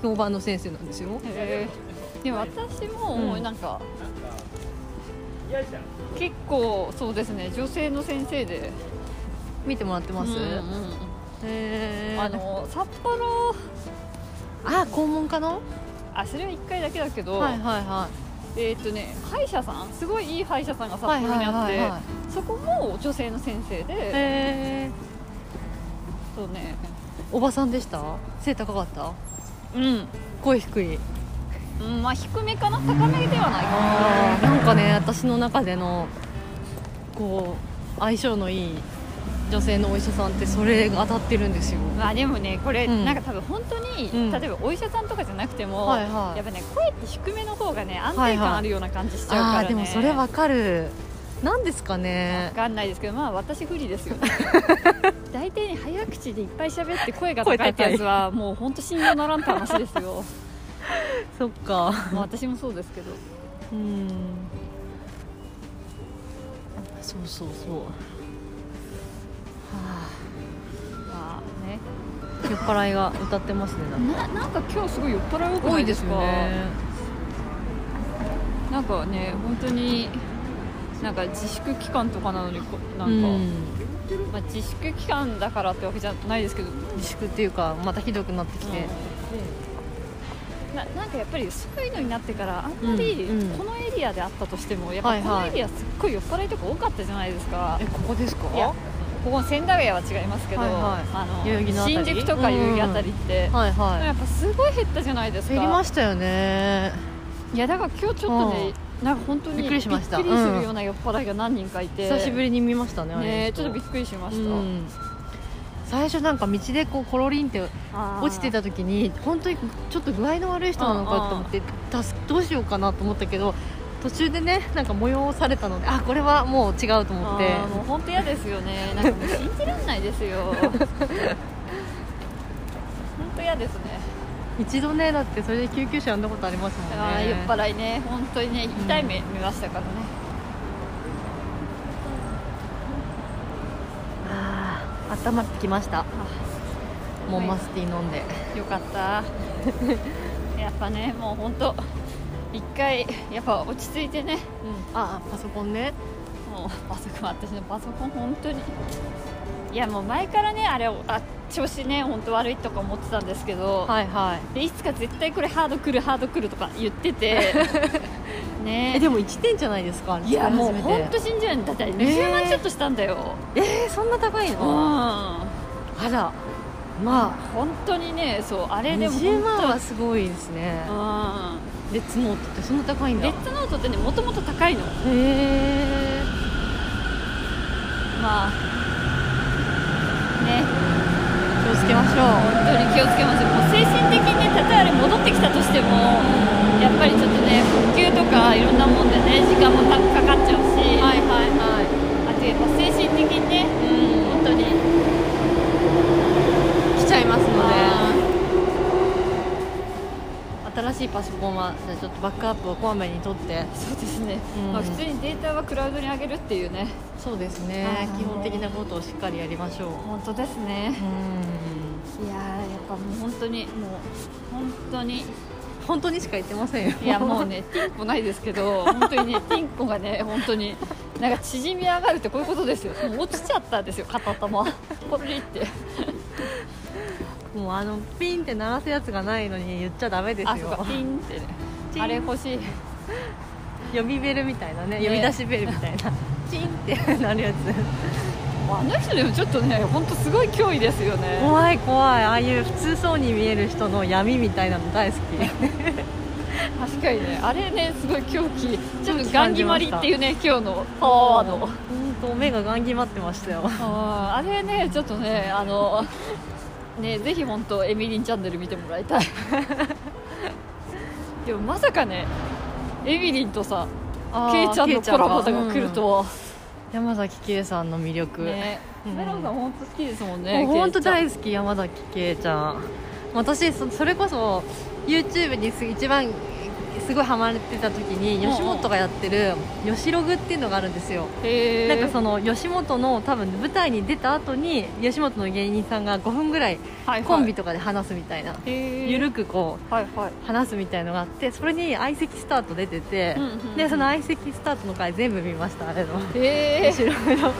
Speaker 2: 評判の先生なんですよ
Speaker 1: ー、えー、でも私も
Speaker 2: うん
Speaker 1: もうなんか、結構そうですね女性の先生で
Speaker 2: 見てもらってます、
Speaker 1: うんうんうん
Speaker 2: へー
Speaker 1: あの札幌
Speaker 2: あ肛門科の
Speaker 1: あそれは1回だけだけど、
Speaker 2: はいはいはい
Speaker 1: えーっとね歯医者さんすごいいい歯医者さんが札
Speaker 2: は
Speaker 1: 幌
Speaker 2: い
Speaker 1: に
Speaker 2: はい
Speaker 1: あっ
Speaker 2: はい
Speaker 1: て、
Speaker 2: はい
Speaker 1: そこも女性の先生で
Speaker 2: へえ
Speaker 1: そうね
Speaker 2: おばさんでした背高かった
Speaker 1: うん
Speaker 2: 声低い
Speaker 1: うんまあ低めかな高めではない
Speaker 2: あ
Speaker 1: か
Speaker 2: ーなんかね私の中でのこう相性のいい女性のお医者さんってそれが当たってるんですよ
Speaker 1: なまあでもねこれ、
Speaker 2: うん
Speaker 1: なんか多分本当に、
Speaker 2: うん
Speaker 1: 例えばお医者さんとかじゃなくても、
Speaker 2: はいはい
Speaker 1: やっぱね声って低めの方がね安定感あるような感じしちゃうから、ね
Speaker 2: あーでもそれわかるなんですかね
Speaker 1: 分かんないですけどまあ私不利です よね大体に早口でいっぱい喋って声が
Speaker 2: 声
Speaker 1: 高
Speaker 2: 高い
Speaker 1: いってやつはもう本当信用ならんって話です よ
Speaker 2: そっか
Speaker 1: まあ私もそうですけど
Speaker 2: うんそうそうそうは
Speaker 1: まあね
Speaker 2: 酔っ払いが歌ってますねなんか
Speaker 1: ななんか今日すごい酔っ払うくな
Speaker 2: 多い
Speaker 1: いで
Speaker 2: ですす
Speaker 1: か
Speaker 2: よね
Speaker 1: なんかね本当になんか自粛期間とかなのにこな
Speaker 2: うん
Speaker 1: か、
Speaker 2: ん
Speaker 1: まあ、自粛期間だからってわけじゃないですけど、
Speaker 2: 自粛っていうかまたひどくなってきて、
Speaker 1: ななんかやっぱりそういうのになってからあんまり
Speaker 2: うんうん
Speaker 1: このエリアであったとしても、やっぱ
Speaker 2: はい
Speaker 1: こ
Speaker 2: はい
Speaker 1: のエリアすっごい酔っ払いとか多かったじゃないですか、
Speaker 2: えここですか
Speaker 1: いやここ千駄ヶ谷は違いますけど、
Speaker 2: はいはい
Speaker 1: あ
Speaker 2: 代々木の
Speaker 1: の
Speaker 2: あたり
Speaker 1: 新宿とか代々木あたりって、
Speaker 2: はいは
Speaker 1: やっぱすごい減ったじゃないです
Speaker 2: い
Speaker 1: か
Speaker 2: 減りましたよね
Speaker 1: いやだから今日ちょっとね、なんか本当に
Speaker 2: びっくりしました
Speaker 1: びっくりするような酔っ払いが何人かいて、
Speaker 2: 久しぶりに見ましたねあれ
Speaker 1: ねちょっとびっくりしました、
Speaker 2: うん最初なんか道でこうコロリンって
Speaker 1: あー
Speaker 2: 落ちてた時に本当にちょっと具合の悪い人なのかと思って助どうしようかなと思ったけど途中でねなんか催されたのであこれはもう違うと思って
Speaker 1: あーもう本当嫌ですよねなんかもう信じらんないですよ 本当嫌ですね
Speaker 2: 一度ねだってそれで救急車呼んだことありますもんね
Speaker 1: あー酔っ払いね本当にね痛い目見ましたからね、
Speaker 2: あー温まってきましたもうマスティー飲んで
Speaker 1: よかったやっぱねもう本当一回やっぱ落ち着いてね
Speaker 2: ああパソコンね
Speaker 1: もうパソコン私のパソコン本当にいやもう前からねあれをあ調子ね本当悪いとか思ってたんですけど、
Speaker 2: はいはい
Speaker 1: でいつか絶対これハードくるハードくるとか言って てね
Speaker 2: えでも1点じゃないですか
Speaker 1: いやもう本当
Speaker 2: に
Speaker 1: 信じられないだって20万ちょっとしたんだよ、
Speaker 2: えー、そんな高い
Speaker 1: うん
Speaker 2: のあらまあ
Speaker 1: 本当にねそうあれでも
Speaker 2: 20万は
Speaker 1: 本
Speaker 2: すごいですね
Speaker 1: 当
Speaker 2: レッツノートってそんな高い
Speaker 1: うんん
Speaker 2: だ
Speaker 1: レ
Speaker 2: へ
Speaker 1: ッドノートってねもともと高いの
Speaker 2: え
Speaker 1: まあね
Speaker 2: 気をつけましょ
Speaker 1: 本当に気をつけますよもう精神的にねたとえあれ戻ってきたとしてもやっぱりちょっとね復旧とかいろんなもんでね時間もたかかっちゃうし、
Speaker 2: ういはいは
Speaker 1: あとやっぱ精神的にね本当に
Speaker 2: い来ちゃいますの
Speaker 1: あ
Speaker 2: で新しいパソコンはじゃあちょっとバックアップをこまめに取って
Speaker 1: そうですね、
Speaker 2: うん
Speaker 1: まあ、普通にデータはクラウドに上げるっていうね
Speaker 2: そうですね
Speaker 1: あー
Speaker 2: 基本的なことをしっかりやりましょう
Speaker 1: 本当ですね
Speaker 2: うん
Speaker 1: いやーやっぱもう本当にもう本当に
Speaker 2: 本当にしか言ってませんよ
Speaker 1: いやもうねティンコないですけど本当にねティンコがね本当になんか縮み上がるってこういうことですよもう落ちちゃったんですよ片 玉ポリって
Speaker 2: もうあのピンって鳴らすやつがないのに言っちゃダメです
Speaker 1: あそう
Speaker 2: よ
Speaker 1: かピンってね
Speaker 2: チン
Speaker 1: あれ欲しい
Speaker 2: 呼びベルみたいなね
Speaker 1: ね
Speaker 2: 呼び出しベルみたいなチンってなるやつ
Speaker 1: あの人でもちょっとね本当すごい脅威ですよね
Speaker 2: 怖い怖いああいう普通そうに見える人の闇みたいなの大好き
Speaker 1: 確かにねあれねすごい狂気ちょっ
Speaker 2: 狂
Speaker 1: と
Speaker 2: 気
Speaker 1: ガ
Speaker 2: 感
Speaker 1: ン
Speaker 2: じ
Speaker 1: 決
Speaker 2: ま
Speaker 1: ま
Speaker 2: し
Speaker 1: り
Speaker 2: た
Speaker 1: っていうね今日のパワー
Speaker 2: もう
Speaker 1: の
Speaker 2: 本当目ががんぎまってましたよ
Speaker 1: あーあれねちょっとねあのねぜひ本当エミリンチャンネル見てもらいた いでもまさかねエミリンとさケイちゃんのコラボとか来るとは、
Speaker 2: 山崎圭さんの魅力、
Speaker 1: ね
Speaker 2: うん
Speaker 1: メロンさん本当好きですもんね
Speaker 2: もう本当
Speaker 1: 好
Speaker 2: 大好き山崎圭ちゃん私そそれこそ YouTube にす一番すごいハマってた時に
Speaker 1: うんうん
Speaker 2: 吉本がやってる「吉ログ」っていうのがあるんですよ
Speaker 1: きへえ
Speaker 2: なんかその吉本の多分舞台に出た後に吉本の芸人さんが5分ぐらい
Speaker 1: はい
Speaker 2: コンビとかで話すみたいな
Speaker 1: へえ
Speaker 2: ゆるくこ
Speaker 1: はいはいう
Speaker 2: 話すみたいのがあってそれに相席スタート出てて
Speaker 1: うんうんうん
Speaker 2: でその相席スタートの回全部見ましたあれの
Speaker 1: へえ
Speaker 2: 白目の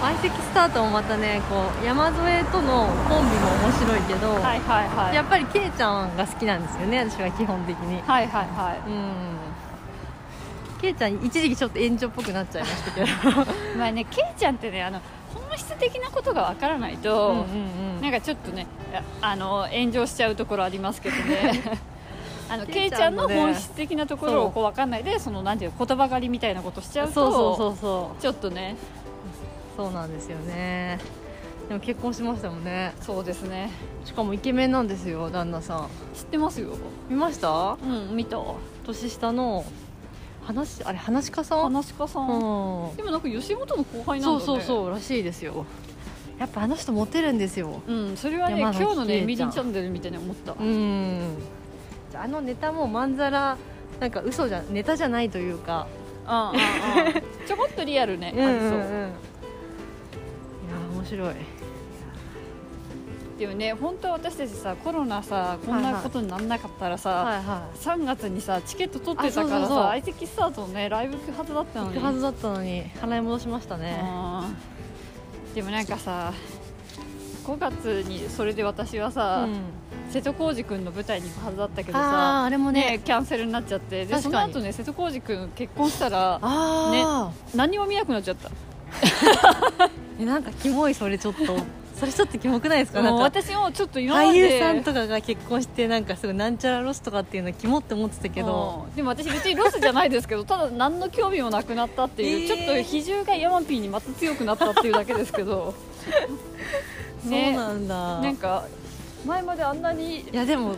Speaker 2: 相席スタートもまたねこう山添とのコンビも面白いけど、
Speaker 1: はいはいはい
Speaker 2: やっぱりケイちゃんが好きなんですよね私は基本的に
Speaker 1: はいはいは
Speaker 2: うんケイちゃん一時期ちょっと炎上っぽくなっちゃいましたけど
Speaker 1: いまあねケイちゃんってねあの本質的なことがわからないと、
Speaker 2: うん
Speaker 1: なんかちょっとねああの炎上しちゃうところありますけど ねあのケイちゃんの本質的なところをこう分かんないでそのなんていうの言葉狩りみたいなことしちゃうと
Speaker 2: そうそうそうそ
Speaker 1: ちょっとね
Speaker 2: うそうなんですよねでも結婚しましたもんね
Speaker 1: そうですね
Speaker 2: しかもイケメンなんですよ旦那さん
Speaker 1: 知ってますよ
Speaker 2: 見ました
Speaker 1: うん見た
Speaker 2: 年下の話あれ話し家さん
Speaker 1: 話し家さん、
Speaker 2: うん
Speaker 1: でもなんか吉本の後輩なんだ
Speaker 2: そ
Speaker 1: ね
Speaker 2: うそうそうらしいですよやっぱあの人モテるんですよ
Speaker 1: うんそれはね今
Speaker 2: 山
Speaker 1: 日
Speaker 2: 崎
Speaker 1: のね
Speaker 2: ケ
Speaker 1: ミ
Speaker 2: イちゃ
Speaker 1: リ
Speaker 2: ん
Speaker 1: ンチャンネル見てね思った、
Speaker 2: うんあのネタもまんざらなんか嘘じゃネタじゃないというか
Speaker 1: ああああちょこっとリアルね、ありそう
Speaker 2: いや面白い
Speaker 1: っていうね本当は私たちさコロナさこんなことにならなかったらさ、
Speaker 2: はいは
Speaker 1: 3月にさチケット取ってたから
Speaker 2: あそうそうそう
Speaker 1: さ相席スタートのねライブ行くはずだった
Speaker 2: い
Speaker 1: の
Speaker 2: 行
Speaker 1: に
Speaker 2: くはずだったのに払い戻しましたね
Speaker 1: うんでもなんかさ5月にそれで私はさ、
Speaker 2: うん
Speaker 1: 瀬戸康史君の舞台に行くはずだったけど
Speaker 2: ああ
Speaker 1: さ
Speaker 2: あれもね
Speaker 1: ね、キャンセルになっちゃってで
Speaker 2: 確か
Speaker 1: そ
Speaker 2: に
Speaker 1: の後ね瀬戸康史君結婚したら
Speaker 2: あ
Speaker 1: 何も見なくなっちゃった
Speaker 2: あ、ね、なんかキモいそれちょっと それちょっとキモくないですか
Speaker 1: もう
Speaker 2: なんか
Speaker 1: 私もちょっと今ま
Speaker 2: 俳
Speaker 1: で
Speaker 2: 優さんとかが結婚してなんかすごいなんちゃらロスとかっていうのキモって思ってたけど
Speaker 1: うんでも私別にロスじゃないですけどただ何の興味もなくなったっていう、
Speaker 2: えー
Speaker 1: ちょっと比重がヤマピーにまた強くなったっていうだけですけ ど
Speaker 2: そう
Speaker 1: ね
Speaker 2: なんだ
Speaker 1: なんか前まであんなに、
Speaker 2: いやでも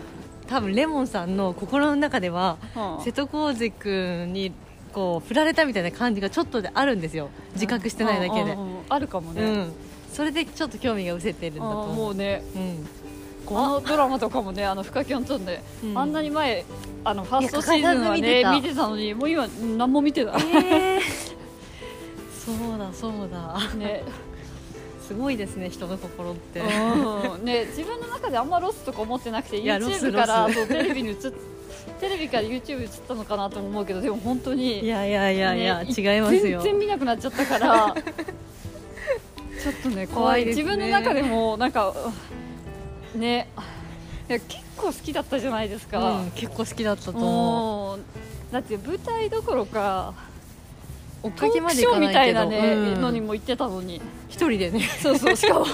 Speaker 2: 多分レモンさんの心の中では
Speaker 1: うん
Speaker 2: 瀬戸康史君にこう振られたみたいな感じがちょっとであるんですよ自覚してないだけで
Speaker 1: うんうんうんあるかもね、
Speaker 2: うんそれでちょっと興味が失せてるんだ
Speaker 1: あ
Speaker 2: と
Speaker 1: ー
Speaker 2: 思
Speaker 1: も
Speaker 2: う
Speaker 1: うね
Speaker 2: うん
Speaker 1: このドラマとかもねあの深きょんとんで、
Speaker 2: うん
Speaker 1: あんなに前あのファーストシ
Speaker 2: い
Speaker 1: ー
Speaker 2: や
Speaker 1: ズンは
Speaker 2: 欠
Speaker 1: ね
Speaker 2: かさず
Speaker 1: 見
Speaker 2: 見て
Speaker 1: て
Speaker 2: た
Speaker 1: たのにもう今何も見てない
Speaker 2: そうだそうだ
Speaker 1: ね
Speaker 2: すごいですね人の心って
Speaker 1: うんね自分の中であんまロスとか思ってなくて
Speaker 2: いやロス
Speaker 1: YouTube から
Speaker 2: ロス
Speaker 1: そうテレビに移っテレビから YouTube に移ったのかなとも思うけどでも本当に
Speaker 2: いやいやいやいや、
Speaker 1: ね
Speaker 2: 違いますよ
Speaker 1: 全然見なくなっちゃったから ちょっとね怖
Speaker 2: 怖
Speaker 1: い
Speaker 2: いですね
Speaker 1: 自分の中でもなんかうんねいや結構好きだったじゃないですか、
Speaker 2: うん、結構好きだったと思
Speaker 1: も
Speaker 2: う
Speaker 1: うだって舞台どころか
Speaker 2: 追っ
Speaker 1: ト
Speaker 2: かけ
Speaker 1: ー
Speaker 2: ま
Speaker 1: ク
Speaker 2: で
Speaker 1: シ
Speaker 2: い
Speaker 1: ョー
Speaker 2: か
Speaker 1: みた
Speaker 2: ない
Speaker 1: い
Speaker 2: けど
Speaker 1: な、ね
Speaker 2: うん
Speaker 1: のにも行ってたのに
Speaker 2: 一人で ね
Speaker 1: そうそうしか も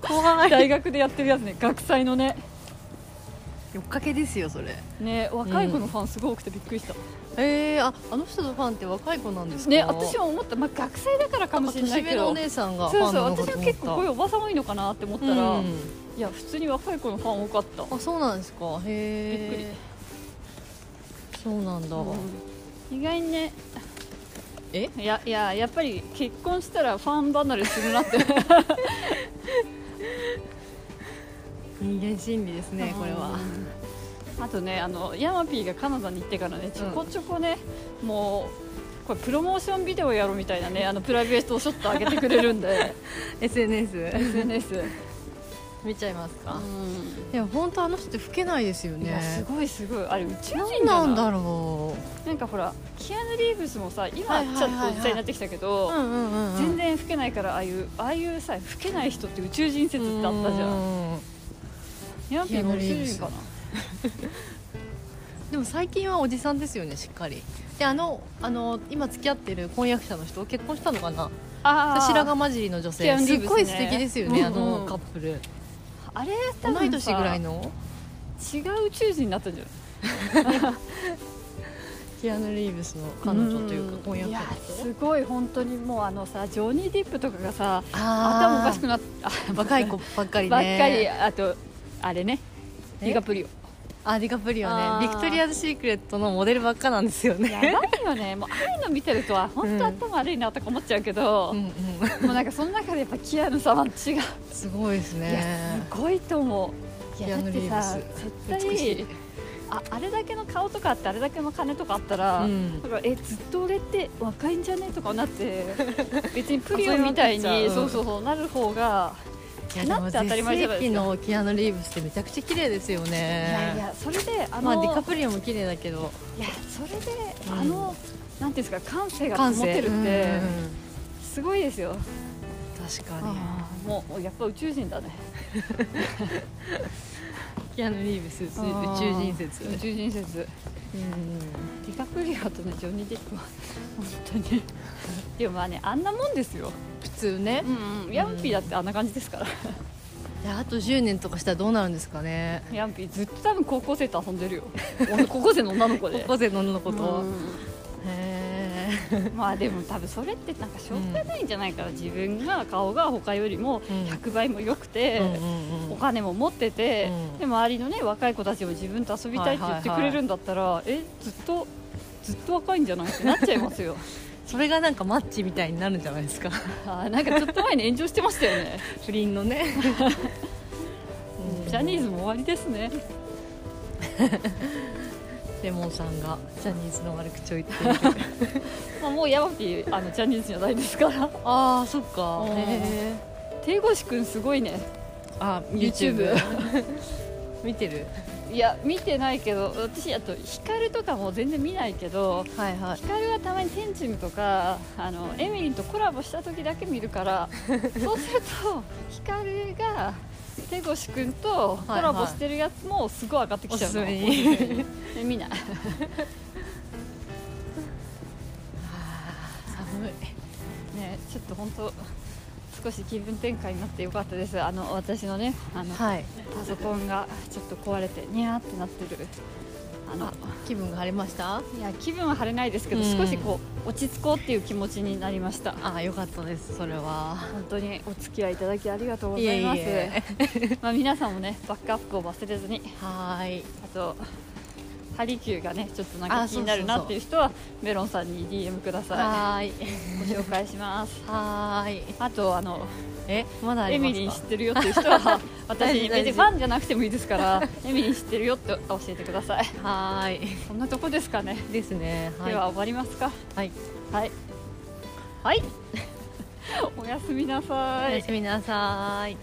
Speaker 2: 怖
Speaker 1: 大学でやってるやつね学祭のね
Speaker 2: 追っかけですよそれ
Speaker 1: ね若い子のファンすごい多くてびっくりした、
Speaker 2: えー、ああの人のファンって若い子なんですか
Speaker 1: ね私も思った、まあ、学生だからかもしれな
Speaker 2: 年
Speaker 1: いけ
Speaker 2: 上の
Speaker 1: ど
Speaker 2: お姉さんがフ
Speaker 1: そ
Speaker 2: ァ
Speaker 1: う
Speaker 2: ン
Speaker 1: そ
Speaker 2: な
Speaker 1: う
Speaker 2: のか
Speaker 1: 私
Speaker 2: と
Speaker 1: は
Speaker 2: 思った
Speaker 1: 結構こういうおばさん多いのかなって思ったら、
Speaker 2: うん
Speaker 1: いや普通に若い子のファン多かった、
Speaker 2: あそうなんですかへえ
Speaker 1: びっ
Speaker 2: そうなんだ、
Speaker 1: 意外にね
Speaker 2: え
Speaker 1: いやいややっぱり結婚したらファン離れするなって
Speaker 2: 人間心理ですねこ れは
Speaker 1: あとねあのヤマピーがカナダに行ってからねちょこちょこね、もうこれプロモーションビデオやろうみたいなねあのプライベートをちょっと上げてくれるん で
Speaker 2: SNS
Speaker 1: SNS、
Speaker 2: 見ちゃいますか、
Speaker 1: うん
Speaker 2: いや本当あの人って老けないですよ
Speaker 1: いやす
Speaker 2: ね
Speaker 1: ごいすごいあれ宇宙人
Speaker 2: 何
Speaker 1: じゃ
Speaker 2: な
Speaker 1: ない
Speaker 2: んだろ
Speaker 1: なんかほらキアヌ・リーブスもさ今
Speaker 2: はいはい
Speaker 1: ちょっ
Speaker 2: はい
Speaker 1: と
Speaker 2: はい
Speaker 1: おじさんになってきたけど、
Speaker 2: ううんうんうん
Speaker 1: 全然老けないからああいうああいうさ老けない人って宇宙人説ってあったじゃん
Speaker 2: ん
Speaker 1: ヤンピーも宇宙人かな
Speaker 2: でも最近はおじさんですよねしっかりであのあの今付き合ってる婚約者の人結婚したのかな
Speaker 1: あー
Speaker 2: 白髪混じりの女
Speaker 1: キア
Speaker 2: 性
Speaker 1: ヌリ
Speaker 2: す
Speaker 1: ー
Speaker 2: っ
Speaker 1: ブスね
Speaker 2: ごい素敵ですよね、
Speaker 1: うん
Speaker 2: あ
Speaker 1: うん
Speaker 2: のカップル
Speaker 1: あれ多分さ
Speaker 2: 同い年ぐらいの
Speaker 1: 違う宇宙人になったんじゃない
Speaker 2: キアヌ・リーブスの彼女というか婚約
Speaker 1: い
Speaker 2: 者
Speaker 1: や
Speaker 2: の人
Speaker 1: すごい本当にもうあのさジョニー・ディップとかがさ頭お
Speaker 2: あ
Speaker 1: かしくなっ
Speaker 2: ー若い子ばっかりね
Speaker 1: ばっかりあとあれねディカプリオ
Speaker 2: あディカプリオ
Speaker 1: あー
Speaker 2: ねビクトリアズ・シークレットのモデルばっかなんですよ
Speaker 1: や
Speaker 2: ね
Speaker 1: ばいよねもうああいうの見てるとは本当
Speaker 2: うん
Speaker 1: 頭悪いなとか思っちゃうけど、
Speaker 2: うんうん
Speaker 1: もうなんかその中でやっぱキアヌさんは違う、
Speaker 2: すごいです
Speaker 1: いや
Speaker 2: ね
Speaker 1: すごいと思ういや
Speaker 2: キア
Speaker 1: だ
Speaker 2: ヌ
Speaker 1: ってさ
Speaker 2: リーブ美
Speaker 1: 絶
Speaker 2: しい
Speaker 1: 対ああれだけの顔とかあってあれだけの金とかあったら、
Speaker 2: うん
Speaker 1: だからえずっと俺って若いんじゃねとかなって 別にプリオみたいに
Speaker 2: あそうなっちゃう
Speaker 1: そうそうそうなる方が
Speaker 2: いやでも
Speaker 1: なって当たり前じゃないですか
Speaker 2: 絶世紀のキアヌ・リーブスってめちゃくちゃ綺麗ですよ
Speaker 1: いや
Speaker 2: ね
Speaker 1: いやそれであの、
Speaker 2: まあディカプリオも綺麗だけど
Speaker 1: いやそれで、
Speaker 2: うん
Speaker 1: あのなんていうんですか感性が保
Speaker 2: 感性
Speaker 1: てる
Speaker 2: うん
Speaker 1: っ
Speaker 2: うん
Speaker 1: て
Speaker 2: うん
Speaker 1: すごいですよ、
Speaker 2: 確か
Speaker 1: あーもうやっぱ宇宙人だね
Speaker 2: にキアヌ・リーブス宇宙人説
Speaker 1: 宇宙人説ディカプリオとねジョニー・ディップは本当にでもまあねあんなもんですよ、
Speaker 2: 普通ね
Speaker 1: うんうん、ヤンピーだってあんな感じですから、
Speaker 2: いやあと10年とかしたらどうなるんですかね
Speaker 1: ヤンピーずっと多分高校生と遊んでるよ高校生の女の子
Speaker 2: 高
Speaker 1: で
Speaker 2: 校生の女の子と
Speaker 1: う
Speaker 2: へ
Speaker 1: んまあでも多分それってなんかしょうがないんじゃないから、自分が顔が他よりも
Speaker 2: うん
Speaker 1: 100倍も良くて、
Speaker 2: えうんうんう
Speaker 1: お
Speaker 2: ん
Speaker 1: 金も持ってて、
Speaker 2: うん
Speaker 1: で周りのね若い子たちも自分と遊びたいって言ってくれるんだったら、えずっとずっと若いんじゃないってなっちゃいますよ
Speaker 2: それがなんかマッチみたいになるんじゃないです か
Speaker 1: あーなんかちょっと前に炎上してましたよね
Speaker 2: 不倫のねうん
Speaker 1: ジャニーズも終わりですね
Speaker 2: レモンさんがジャニーズの悪口を言 っている
Speaker 1: まあもうヤマピーあのジャニーズじゃないですから
Speaker 2: ああそっか
Speaker 1: へえ手越くんすごいね
Speaker 2: あ
Speaker 1: YouTube
Speaker 2: 見てる
Speaker 1: いや見てないけど私あと光とかも全然見ないけど
Speaker 2: はいはい
Speaker 1: 光はたまにテンチムとかあのエミリンとコラボした時だけ見るから そうすると光が手越くんとコラボしてるやつもすごい上がってきちゃうの、
Speaker 2: はいはいおすすめに
Speaker 1: 個人的にえ見ない
Speaker 2: 寒い
Speaker 1: ねちょっと本当少し気分転換になってよかったですあの私のねあの、
Speaker 2: はい
Speaker 1: パソコンがちょっと壊れてニャーってなってるあの
Speaker 2: あ気分が晴れました
Speaker 1: いや気分は晴れないですけど、
Speaker 2: うん
Speaker 1: 少しこう落ち着こうっていう気持ちになりました
Speaker 2: あよかったですそれは
Speaker 1: 本当にお付き合いいただきありがとうございます
Speaker 2: いえ
Speaker 1: まあ皆さんもねバックアップを忘れずに
Speaker 2: はーい
Speaker 1: あとハリキューがねちょっとなん
Speaker 2: あ
Speaker 1: か気になる
Speaker 2: そう
Speaker 1: な
Speaker 2: そうそう
Speaker 1: っていう人はメロンさんに DM くださ
Speaker 2: はーい
Speaker 1: いご紹介します
Speaker 2: はーい
Speaker 1: あとあの
Speaker 2: えまだあ
Speaker 1: エ
Speaker 2: りま
Speaker 1: ミ
Speaker 2: すか
Speaker 1: リン知ってるよっていう人 は私
Speaker 2: 大
Speaker 1: に
Speaker 2: 事大
Speaker 1: 別
Speaker 2: 事
Speaker 1: にファンじゃなくてもいいですからエミリン知ってるよって教えてください
Speaker 2: はーい
Speaker 1: そんなとこですかね、
Speaker 2: ですねはい
Speaker 1: では終わりますか
Speaker 2: はい
Speaker 1: はいはい おやすみなさ
Speaker 2: お
Speaker 1: い
Speaker 2: やすみなさーい